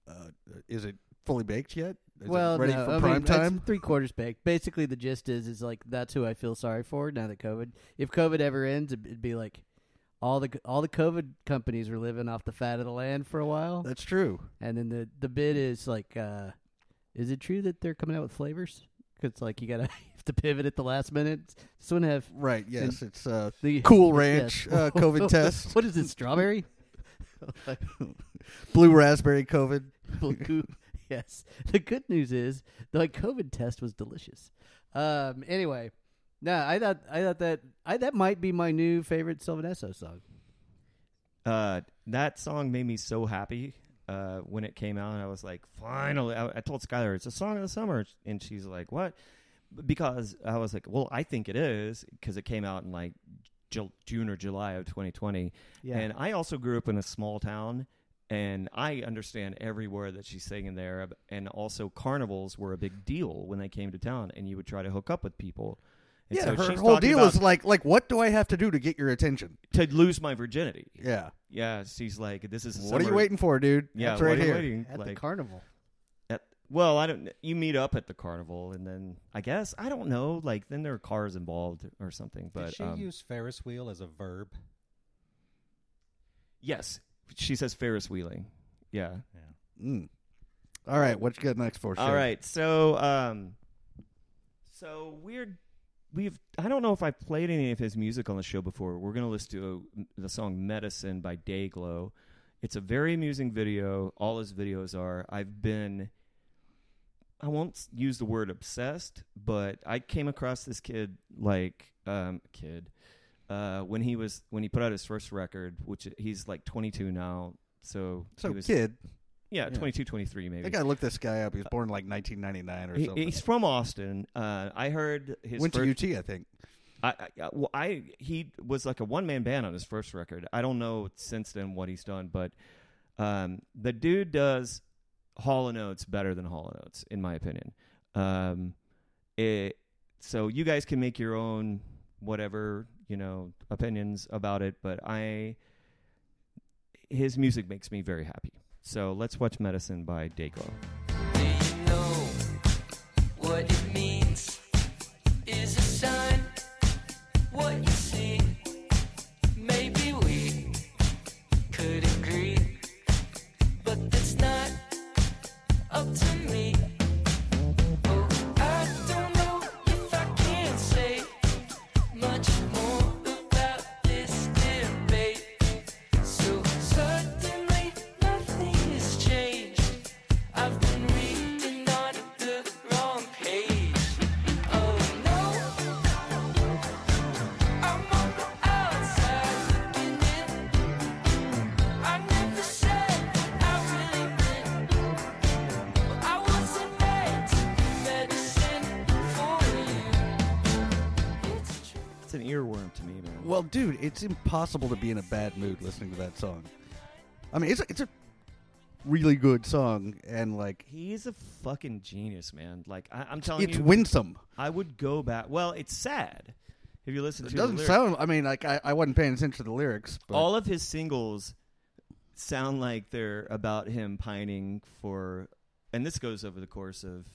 uh, is it fully baked yet? Is
well,
it ready
no,
for
I mean,
prime
it's
time?
three quarters baked. Basically, the gist is is like that's who I feel sorry for now that COVID. If COVID ever ends, it'd it'd be like all the all the COVID companies were living off the fat of the land for a while,
That's true.
and then the the bid is like, uh, is it true that they're coming out with flavors? Because like you gotta you have to pivot at the last minute. This one have
Right. Yes. It's uh,
the
Cool
yes.
Ranch uh, COVID test.
What is it? Strawberry. Like,
Blue raspberry COVID.
Blue. yes. The good news is the like, COVID test was delicious. Um. Anyway, no, I thought I thought that I that might be my new favorite Sylvanesso song.
uh, that song made me so happy uh, when it came out. And I was like, finally. I, I told Skylar, it's a song of the summer. And she's like, what? Because I was like, well, I think it is because it came out in like Ju- June or July of 2020.
Yeah.
And I also grew up in a small town. And I understand every word that she's singing there. And also, carnivals were a big deal when they came to town, and you would try to hook up with people. And
yeah.
so
her
she's
whole
talking
deal
about
is like, like, what do I have to do to get your attention?
to lose my virginity.
Yeah.
Yeah, she's like, this is a
What are you
summer-
waiting for, dude?
Yeah,
It's
what are
right
you
here.
waiting?
at the
Like,
carnival.
at, well, I don't. You meet up at the carnival, and then I guess I don't know. Like then there are cars involved or something. But
Did she
um,
use Ferris wheel as a verb?
yes, she says Ferris wheeling. Yeah.
Yeah.
Mm. All right. What you got next for?
All
Shay?
right. So um, so we're we've I don't know if I played any of his music on the show before. We're gonna listen to a, the song "Medicine" by Dayglow. It's a very amusing video. All his videos are. I've been I won't s- use the word obsessed, but I came across this kid like um, kid uh, when he was when he put out his first record, which he's like 22 now. So
So
he was,
kid,
yeah,
yeah.
twenty two, twenty three, 22, 23 maybe.
I gotta look this guy up. He was born like 1999 or
He-
something.
he's from Austin. Uh, I heard his
Went
first,
to UT, I think.
I, I- I- well, I he was like a one man band on his first record. I don't know since then what he's done, but um, the dude does Hall and Oates better than Hall and Oates, in my opinion. Um, it so you guys can make your own whatever you know opinions about it, but I his music makes me very happy. So let's watch Medicine by Dayglow.
Do you know what it means? Is a sign what you see? Maybe we could agree, but that's not up to me. Oh, I don't know if I can say much more about this debate. So suddenly nothing has changed. I've been reading on the wrong page. Oh no, I'm on the outside looking in. I never said I really meant. I wasn't meant to be medicine for you. It's true.
It's an earworm to me, man.
Well, dude, it's impossible to be in a bad mood listening to that song. I mean, it's a, it's a really good song, and like
He's a fucking genius, man. Like I, I'm telling
it's
you,
winsome.
I would go back. Well, it's sad if you listen
It
to.
doesn't
the lyrics.
sound. I mean, like I, I wasn't paying attention to the lyrics. But
All of his singles sound like they're about him pining for, and this goes over the course of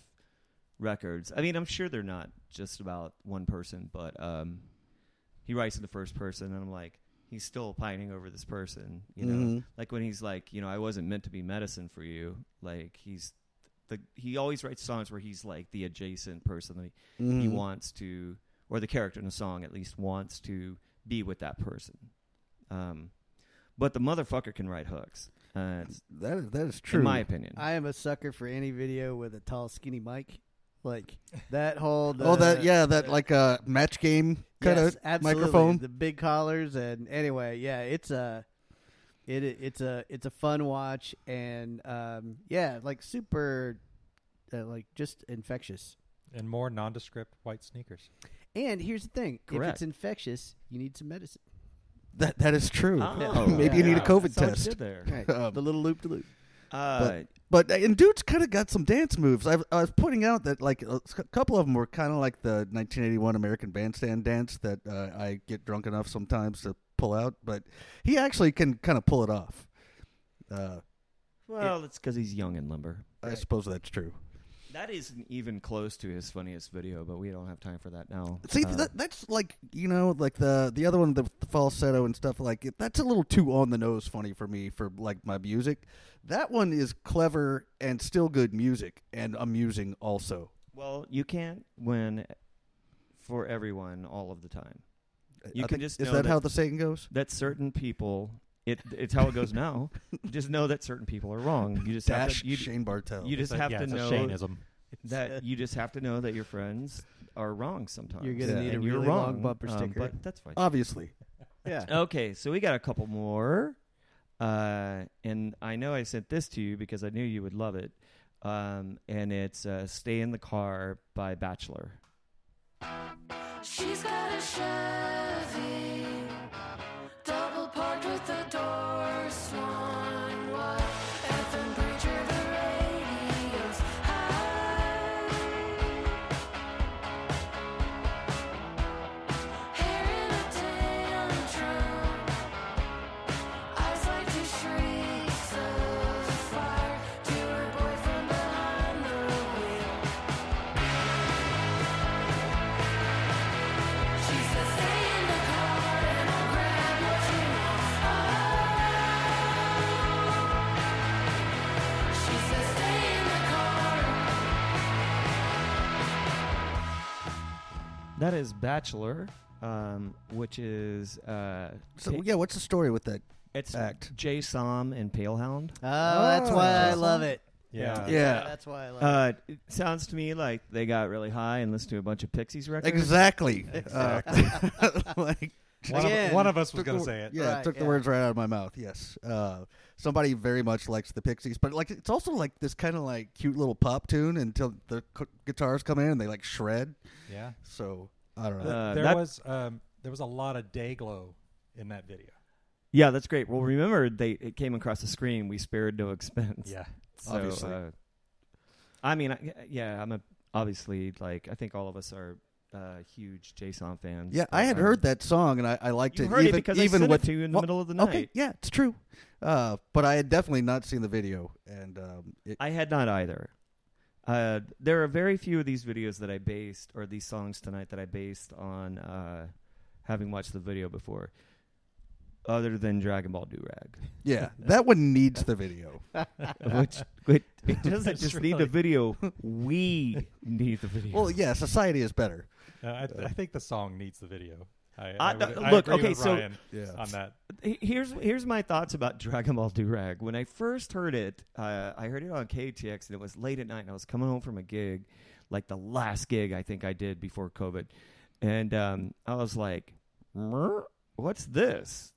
records. I mean, I'm sure they're not just about one person, but um, he writes in the first person, and I'm like, he's still pining over this person, you know.
Mhm.
Like when he's like, you know, I wasn't meant to be medicine for you. Like he's the he always writes songs where he's like the adjacent person that he, he
Mhm.
wants to, or the character in the song at least wants to be with that person. Um, but the motherfucker can write hooks. Uh, it's,
that is, that is true.
in my opinion,
I am a sucker for any video with a tall, skinny mic. Like that whole. The,
oh, that yeah, that like uh, match game kind
yes,
of
absolutely.
microphone.
The big collars and anyway, yeah, it's a. It, it's a it's a fun watch and um, yeah like super uh, like just infectious
and more nondescript white sneakers.
and here's the thing if
Correct.
it's infectious you need some medicine
That that is true.
Oh,
Maybe you need a
yeah.
COVID
So it's
test.
good there.
right
Um,
the little loop to loop
Uh,
But- But and dude's kind of got some dance moves. I've, I was pointing out that like a s- couple of them were kind of like the 1981 American Bandstand dance that uh, I get drunk enough sometimes to pull out. But he actually can kind of pull it off. Uh,
well, it's because he's young and limber.
I suppose that's true.
That isn't even close to his funniest video, but we don't have time for that now.
See,
Uh,
that, that's like you know, like the the other one, the, the falsetto and stuff. Like it- that's a little too on the nose funny for me for like my music. That one is clever and still good music and amusing also.
well, you can't win for everyone all of the time. You can
I think-
just
is
know
that,
that-
how the saying goes?
That certain people, it it's how it goes now. just know that certain people are wrong. You just have
Dash
to, you,
Shane Bartell.
you just
It's a-
have
yeah,
to
it's a
know
Shaneism.
that you just have to know that your friends are wrong sometimes.
You're gonna
Yeah. need
a
And you're
really
wrong,
long bumper
um,
sticker. Oh.
but that's fine.
Obviously,
yeah
Okay, so we got a couple more. Uh, and I know I sent this to you because I knew you would love it. Um, and it's uh, Stay in the Car by Bachelor.
She's got a Chevy, double parked with the doors swung wide. FM preacher, the radio's high. Hair in a tantrum, eyes like two shrieks of fire. To her boyfriend behind the wheel.
That is Bachelor, um, which is uh,
So
Ta-
yeah, what's the story with that?
it's
act.
Jay Som and Palehound.
Uh,
Oh, that's why I
Oh.
love it.
Yeah.
Yeah,
That's why I love
Uh, it sounds to me like they got really high and listened to a bunch of Pixies records.
exactly. Uh, like
One, of,
Again.
one of us was
took
going
the-
to say it.
Yeah,
Right,
took the
yeah.
words right out of my mouth. Yes. Uh, somebody very much likes the Pixies, but like it's also like this kind of like cute little pop tune until the cu- guitars come in and they like shred.
Yeah.
So I don't know.
Uh,
there
that-
was um, there was a lot of day glow in that video.
Yeah, that's great. Well, remember they it came across the screen. We spared no expense. so,
obviously.
Uh, I mean, I, yeah, I'm a obviously like I think all of us are uh, huge JSON fans.
yeah,
but,
I had
um,
heard that song and I, I liked
You
it.
heard
even
it because
even
I sent
with
it to you in the
well,
middle of the night.
Okay, yeah, it's true. Uh, but I had definitely not seen the video, and um, it,
I had not either. Uh, there are very few of these videos that I based, or these songs tonight that I based on uh, having watched the video before, other than Dragon Ball Do Rag,
yeah, that one needs the video.
which, which it doesn't
That's
just need the
really-
video. We need the video.
Well, yeah, society is better.
Uh, I, I think the song needs the video. I,
I-
I would-
uh,
I
look,
agree
okay,
with
so-
Ryan
Yeah.
on that.
He- here's here's my thoughts about Dragon Ball Durag. When I first heard it, uh, I heard it on KTX, and it was late at night, and I was coming home from a gig, like the last gig I think I did before COVID, and um, I was like, "Mer- "What's this?"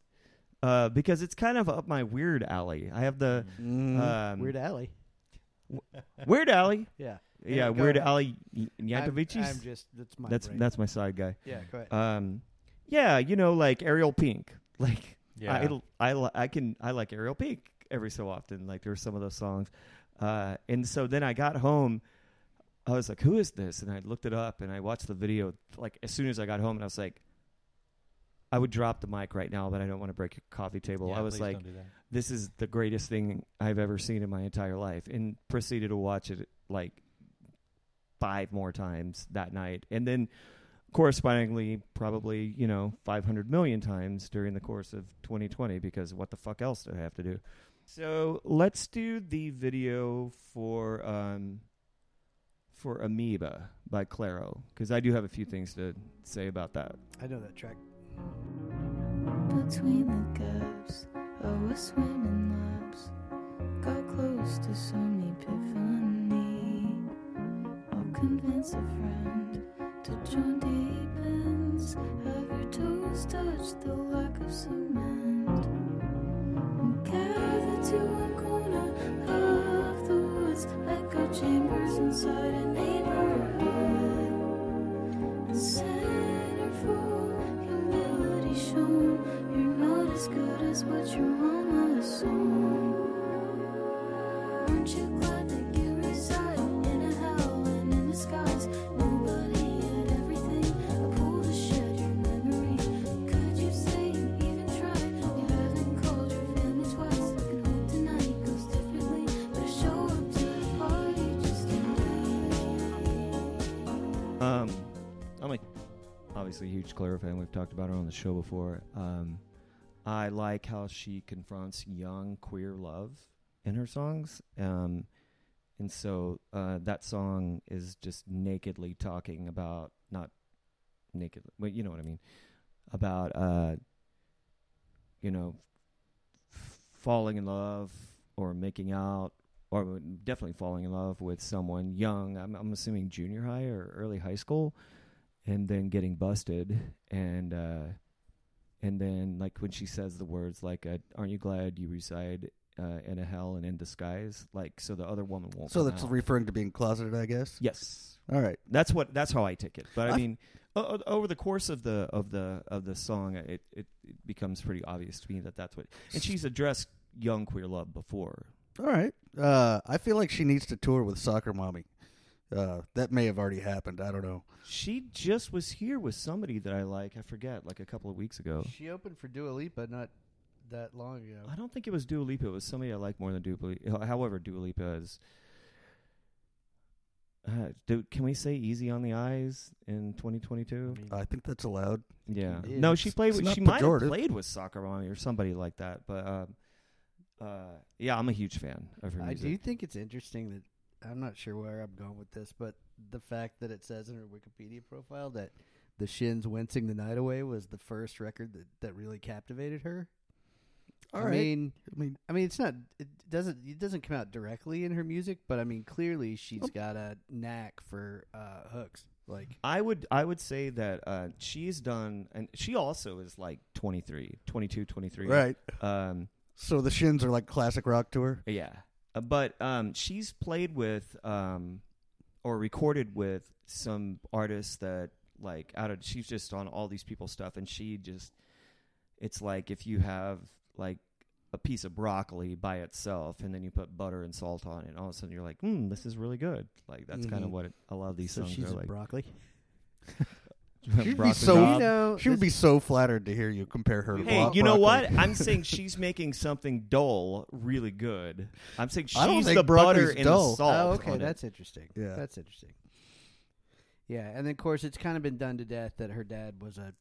Uh, because it's kind of up my weird alley. I have the
Mm.
um,
it. Mm-hmm. Weird Alley.
Weird alley.
Yeah.
Yeah,
go
Weird
ahead.
Alley Y-
I'm, I'm
Yankovic's.
just that's my
That's
brain.
that's my side guy.
yeah. Go ahead.
Um, yeah, you know, like Ariel Pink, like.
Yeah.
I, I li- I can I like Ariel Peak every so often. Like there were some of those songs, uh, and so then I got home. I was like, "Who is this?" And I looked it up and I watched the video. Like as soon as I got home, and I was like, "I would drop the mic right now, but I don't want to break your coffee table."
Yeah,
I was
please
like,
don't do that.
"This is the greatest thing I've ever seen in my entire life," and proceeded to watch it like five more times that night, and then correspondingly probably you know 500 million times during the course of 2020 because what the fuck else do i have to do so let's do the video for um for amoeba by claro because i do have a few things to say about that
I know that track.
Between the gaps, I was swimming laps. Got close to some epiphany. I'll convince a friend to join deep ends. Have your toes touch the lack of cement. And gather to a corner of the woods, echo chambers inside a neighborhood. The centerfold, humility shown. You're not as good as what your mama assumed. Aren't you glad that you reside in a hell and in the skies? Nobody and everything. A pool to shed your memory. Could you say you even tried? You haven't called your family twice. I can hope tonight goes differently, but I show up to the party just in case.
um i'm a obviously huge claro fan we've talked about her on the show before um i like how she confronts young queer love in her songs um And so uh, that song is just nakedly talking about not nakedly, but you know what I mean about uh, you know f- falling in love or making out or definitely falling in love with someone young. I'm, I'm assuming junior high or early high school, and then getting busted and. Uh, and then, like when she says the words, like, uh, "Aren't you glad you reside uh, in a hell and in disguise?" Like, so the other woman won't.
so
come
that's
out.
referring to being closeted, I guess.
Yes,
All right.
that's what that's how I take it. But I
I've-
mean, o- o- over the course of the of the of the song, it, it it becomes pretty obvious to me that that's what. And she's addressed young queer love before.
All right. Uh, I feel like she needs to tour with Soccer Mommy. Uh, that may have already happened. I don't know.
She just was here with somebody that I like. I forget, like a couple of weeks ago.
She opened for Dua Lipa not that long ago.
oh. I don't think it was Dua Lipa. It was somebody I like more than Dua Lipa. However, Dua Lipa is. Uh, do, can we say "Easy on the Eyes" in 2022?
I think that's allowed.
Yeah.
It
No, she
is.
played
It's
with
not
she might have
pejorative.
played with Soccer Mommy or somebody like that. But um, uh, yeah, I'm a huge fan of her
I
music.
do think it's interesting that I'm not sure where I'm going with this, but the fact that it says in her Wikipedia profile that the Shins "Wincing the Night Away" was the first record that, that really captivated her.
All
I
right.
mean,
I mean,
I mean, it's not. It doesn't. It doesn't come out directly in her music, but I mean, clearly
Oh.
she's got a knack for uh, hooks. Like,
I would I would say that uh, she's done, and she also is like 23, 22, 23.
right.
Um,
So the Shins are like classic rock to her.
yeah, Uh, but um, she's played with um, or recorded with some artists that like out of she's just on all these people's stuff, and she just it's like if you have like a piece of broccoli by itself, and then you put butter and salt on it, and all of a sudden you're like, hmm, this is really good. Like that's kind
Mhm.
of what it, a lot of these
so
songs
she's
are
a
like.
broccoli.
She'd be
Broccoli
so
Rob.
you know,
She would be
this-
so flattered to hear you compare her.
Hey,
bro-
you know
broccoli.
what? I'm saying she's making something dull really good. I'm saying she's
I don't think
the butter
broccoli's
and
dull.
the salt.
Oh, okay,
on it.
that's interesting.
Yeah.
that's interesting. Yeah, and then of course it's kind of been done to death that her dad was a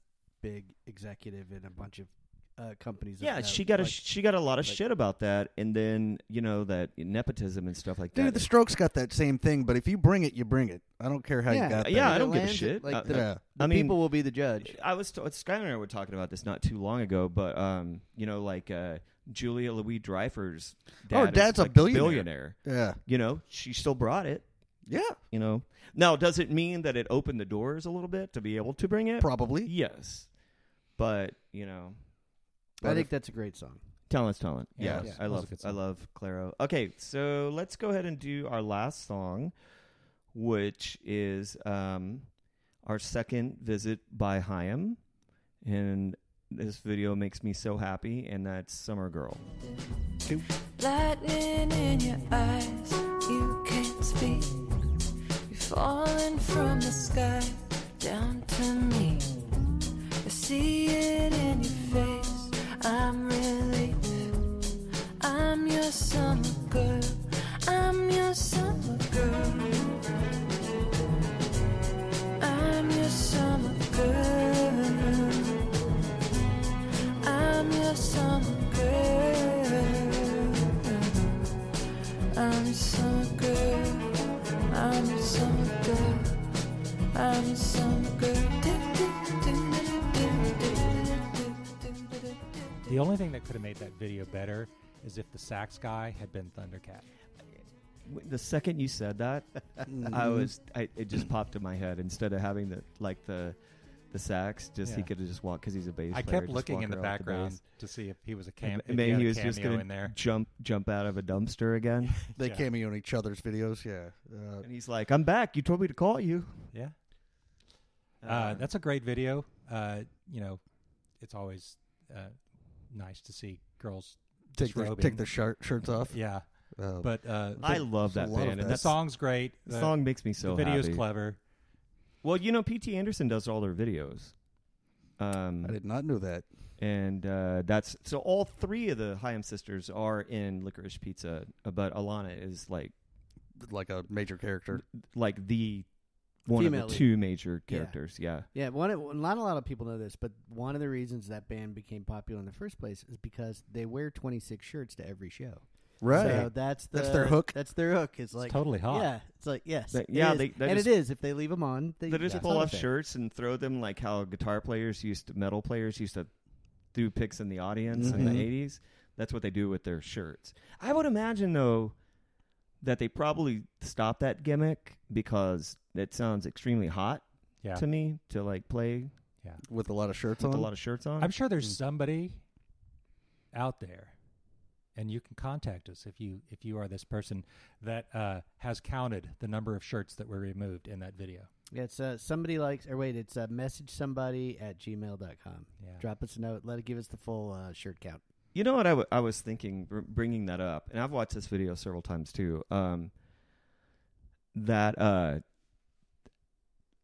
big executive in a bunch of uh, companies. of
yeah.
note,
She got a
like-
she got a lot of
like-
shit about that, and then you know that nepotism and stuff like
Dude,
that.
the Strokes got that same thing, but if you bring it, you bring it. I don't care how
Yeah.
you got
yeah,
there.
I don't give a
Atlantic,
shit.
like
Uh,
the-
yeah.
the
I mean,
people will be the judge.
I was t- uh, Skyler and I were talking about this not too long ago, but um, you know, like uh, Julia Louis Dreyfus. Dad
Oh,
is,
dad's a
like,
billionaire.
billionaire.
Yeah.
You know, she still brought it.
Yeah.
You know, now does it mean that it opened the doors a little bit to be able to bring it?
Probably.
Yes, but you know,
I think that's a great song.
talent's talent.
Yeah,
Yeah,
yeah,
I
that was
love
a good
I
song.
love Claro. Okay, so let's go ahead and do our last song, which is um, our second visit by Haim, and this video makes me so happy, and that's Summer Girl.
Lightning in your eyes, you can't speak. You're falling from the sky down to me. I see it in your face. I'm relieved. I'm your summer girl. I'm your summer girl. I'm your summer girl. I'm your summer girl. I'm your summer girl. I'm your summer girl. I'm your summer girl.
The only thing that could have made that video better is if the sax guy had been Thundercat.
W- The second you said that, I was I, it just popped in my head. Instead of having the like the the sax, just he
Yeah.
could have just walked because he's a bass.
I
player,
kept
just
looking
walk
in the
around with
background
bass.
to see if he was a cam. if
Maybe
had
he
a
was just
cameo
gonna
in there.
jump jump out of a dumpster again.
They
Yeah.
cameo in each other's videos. Yeah. Uh,
And he's like, "I'm back. You told me to call you."
Yeah, uh, that's a great video. Uh, you know, it's always uh, nice to see girls
take their,
disrobing.
take their shirt, shirts off.
Yeah,
Uh,
but uh,
I
the,
love
there's
that
a lot of
band. And
that.
the
that
song's great. The,
song makes me so
the video's
happy.
clever.
Well, you know, P.T. Anderson does all their videos, um,
I did not know that.
and uh, that's so. All three of the Haim sisters are in Licorice Pizza, uh, but Alana is like
Like a major character.
like the one
Female
of
lead.
the two major
Yeah.
characters. Yeah.
Yeah, one of- not a lot of people know this, but one of the reasons that band became popular in the first place is because they wear 26 shirts to every show. So that's the,
That's their hook.
That's their hook. It's like
totally hot.
Yeah, it's like yes.
That-
it
yeah,
is.
they- they
and
just-
it is if they leave them on. They,
They just
that's
pull
not a
off
thing.
shirts and throw them like how guitar players used to, metal players used to do picks in the audience in the
Mm-hmm.
Mhm.
80s. That's what they do with their shirts. I would imagine, though, that they probably stopped that gimmick because it sounds extremely hot
Yeah,
to me to like play
With a lot of shirts
with
on.
a lot of shirts on.
I'm sure
mm.
there's somebody out there, and you can contact us if you if you are this person that uh, has counted the number of shirts that were removed in that video.
It's uh, somebody likes or wait, it's uh, message somebody at gmail.com.
Yeah.
Drop us a note. Let it give us the full uh, shirt count.
You know what I wa- I was thinking, br- bringing that up, and I've watched this video several times too. Um, that uh,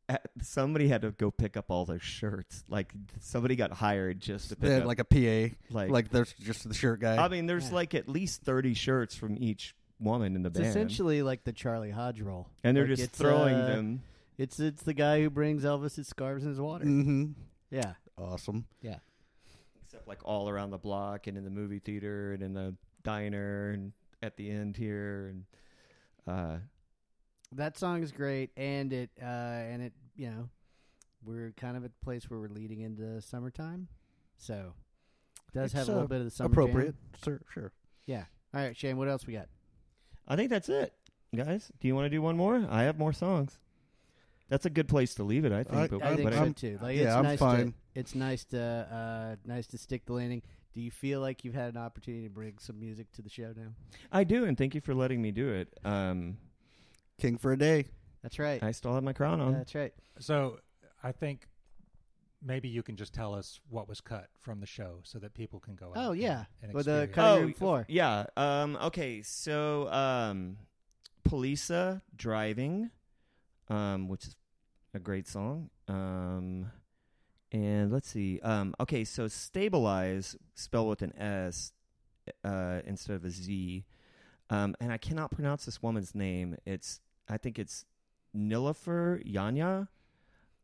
a- somebody had to go pick up all their shirts. Like somebody got hired just to pick
They had
up.
like a PA.
like,
Like, there's just the shirt guy.
I mean, there's
Yeah.
like at least thirty shirts from each woman in the
It's
band,
essentially like the Charlie Hodge roll.
and they're
Like,
just
it's,
throwing
uh,
them.
It's it's the guy who brings Elvis his scarves and his water.
Mm.
mm-hmm.
Yeah.
Awesome.
Yeah.
except like all around the block and in the movie theater and in the diner and at the end here and uh
That song is great and it uh and it you know we're kind of at the place where we're leading into summertime, so
It's,
does have a little
uh,
bit of the summer jam.
Appropriate, sir, sure.
Yeah. All right, Shane. What else we got?
I think that's it, guys. Do you want to do one more? I have more songs. That's a good place to leave it, I think.
I-
but,
I think
but
so
I'm-
too. Like,
yeah,
it's
I'm
nice
fine.
To, it's nice to uh, nice to stick the landing. Do you feel like you've had an opportunity to bring some music to the show now?
I do, and thank you for letting me do it. Um,
King for a day.
That's right.
I still have my crown on.
That's right.
So I think maybe you can just tell us what was cut from the show so that people can go.
Oh
out
yeah,
and, and
with the
experience.
cutting room
y-
floor.
Yeah. Um, okay. So, um, Polisa driving, um, which is a great song. Um, and let's see. Um, okay. So stabilize, spell with an S uh, instead of a Z. Um, and I cannot pronounce this woman's name. It's I think it's Nilifer Yanya.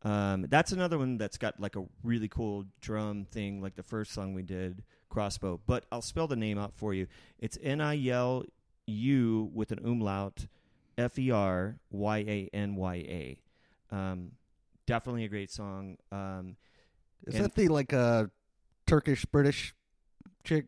Um, that's another one that's got like a really cool drum thing, like the first song we did, Crossbow. But I'll spell the name out for you. It's N I L U with an umlaut, F E R Y A N Y A. Um, definitely a great song. Um,
Is
And-
that the like uh, Turkish British chick?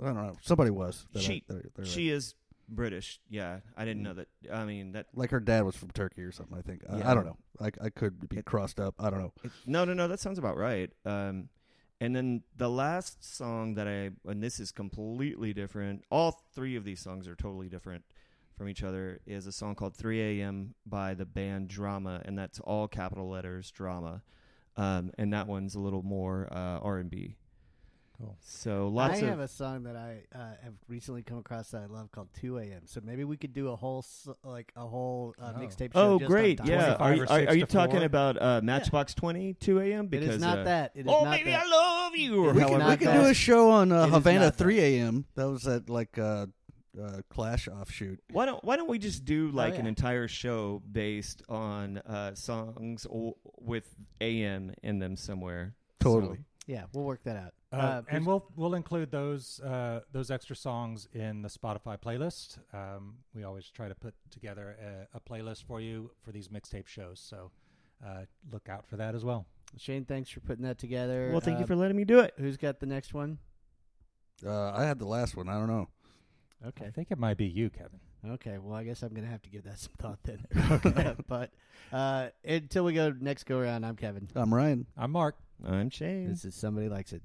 I don't know. Somebody was. that I-
She-
that- that-
she is British. Yeah, I didn't know that. I mean that.
like her dad was from Turkey or something. I think. I,
Yeah.
I don't know. I I could be
It-
crossed up. I don't know.
It- no, no, no. That sounds about right. Um, and then the last song that I and this is completely different. All three of these songs are totally different from each other. Is a song called 3 A.M. by the band Drama, and that's all capital letters Drama. Um, and that one's a little more uh, R and B.
Cool.
So lots
I
of
have a song that I uh, have recently come across that I love called 2 a.m. So maybe we could do a whole s- like a whole uh,
Oh.
mixtape. show
oh
just on
great
Dynamite.
yeah. Are
25
you,
or
are, are
6
you
to
talking
4?
about uh, Matchbox 20 2 A.M.
It
Because
is not
uh,
that. It is
oh,
not
maybe
that.
I love you. or
It is
we
however
can,
not
we
it
can
that.
do a show on
It
uh,
is
Havana
not that.
3 a.m. That was at like uh, uh, Clash offshoot.
Why don't Why don't we just do like an
yeah.
entire show based on uh, songs o- with AM in them somewhere?
Totally.
So-
Yeah, we'll work that out.
Uh,
Uh,
and we'll we'll include those uh, those extra songs in the Spotify playlist. Um, we always try to put together a, a playlist for you for these mixtape shows, so uh, look out for that as well.
Shane, thanks for putting that together.
well, thank you
Um,
for letting me do it.
Who's got the next one?
Uh, I had the last one. I don't know.
I
Okay.
think it might be you, Kevin.
Okay. Well, I guess I'm gonna have to give that some thought then. but uh, until we go next go around, I'm Kevin.
I'm Ryan.
I'm Mark.
I'm Shane.
This is somebody likes it.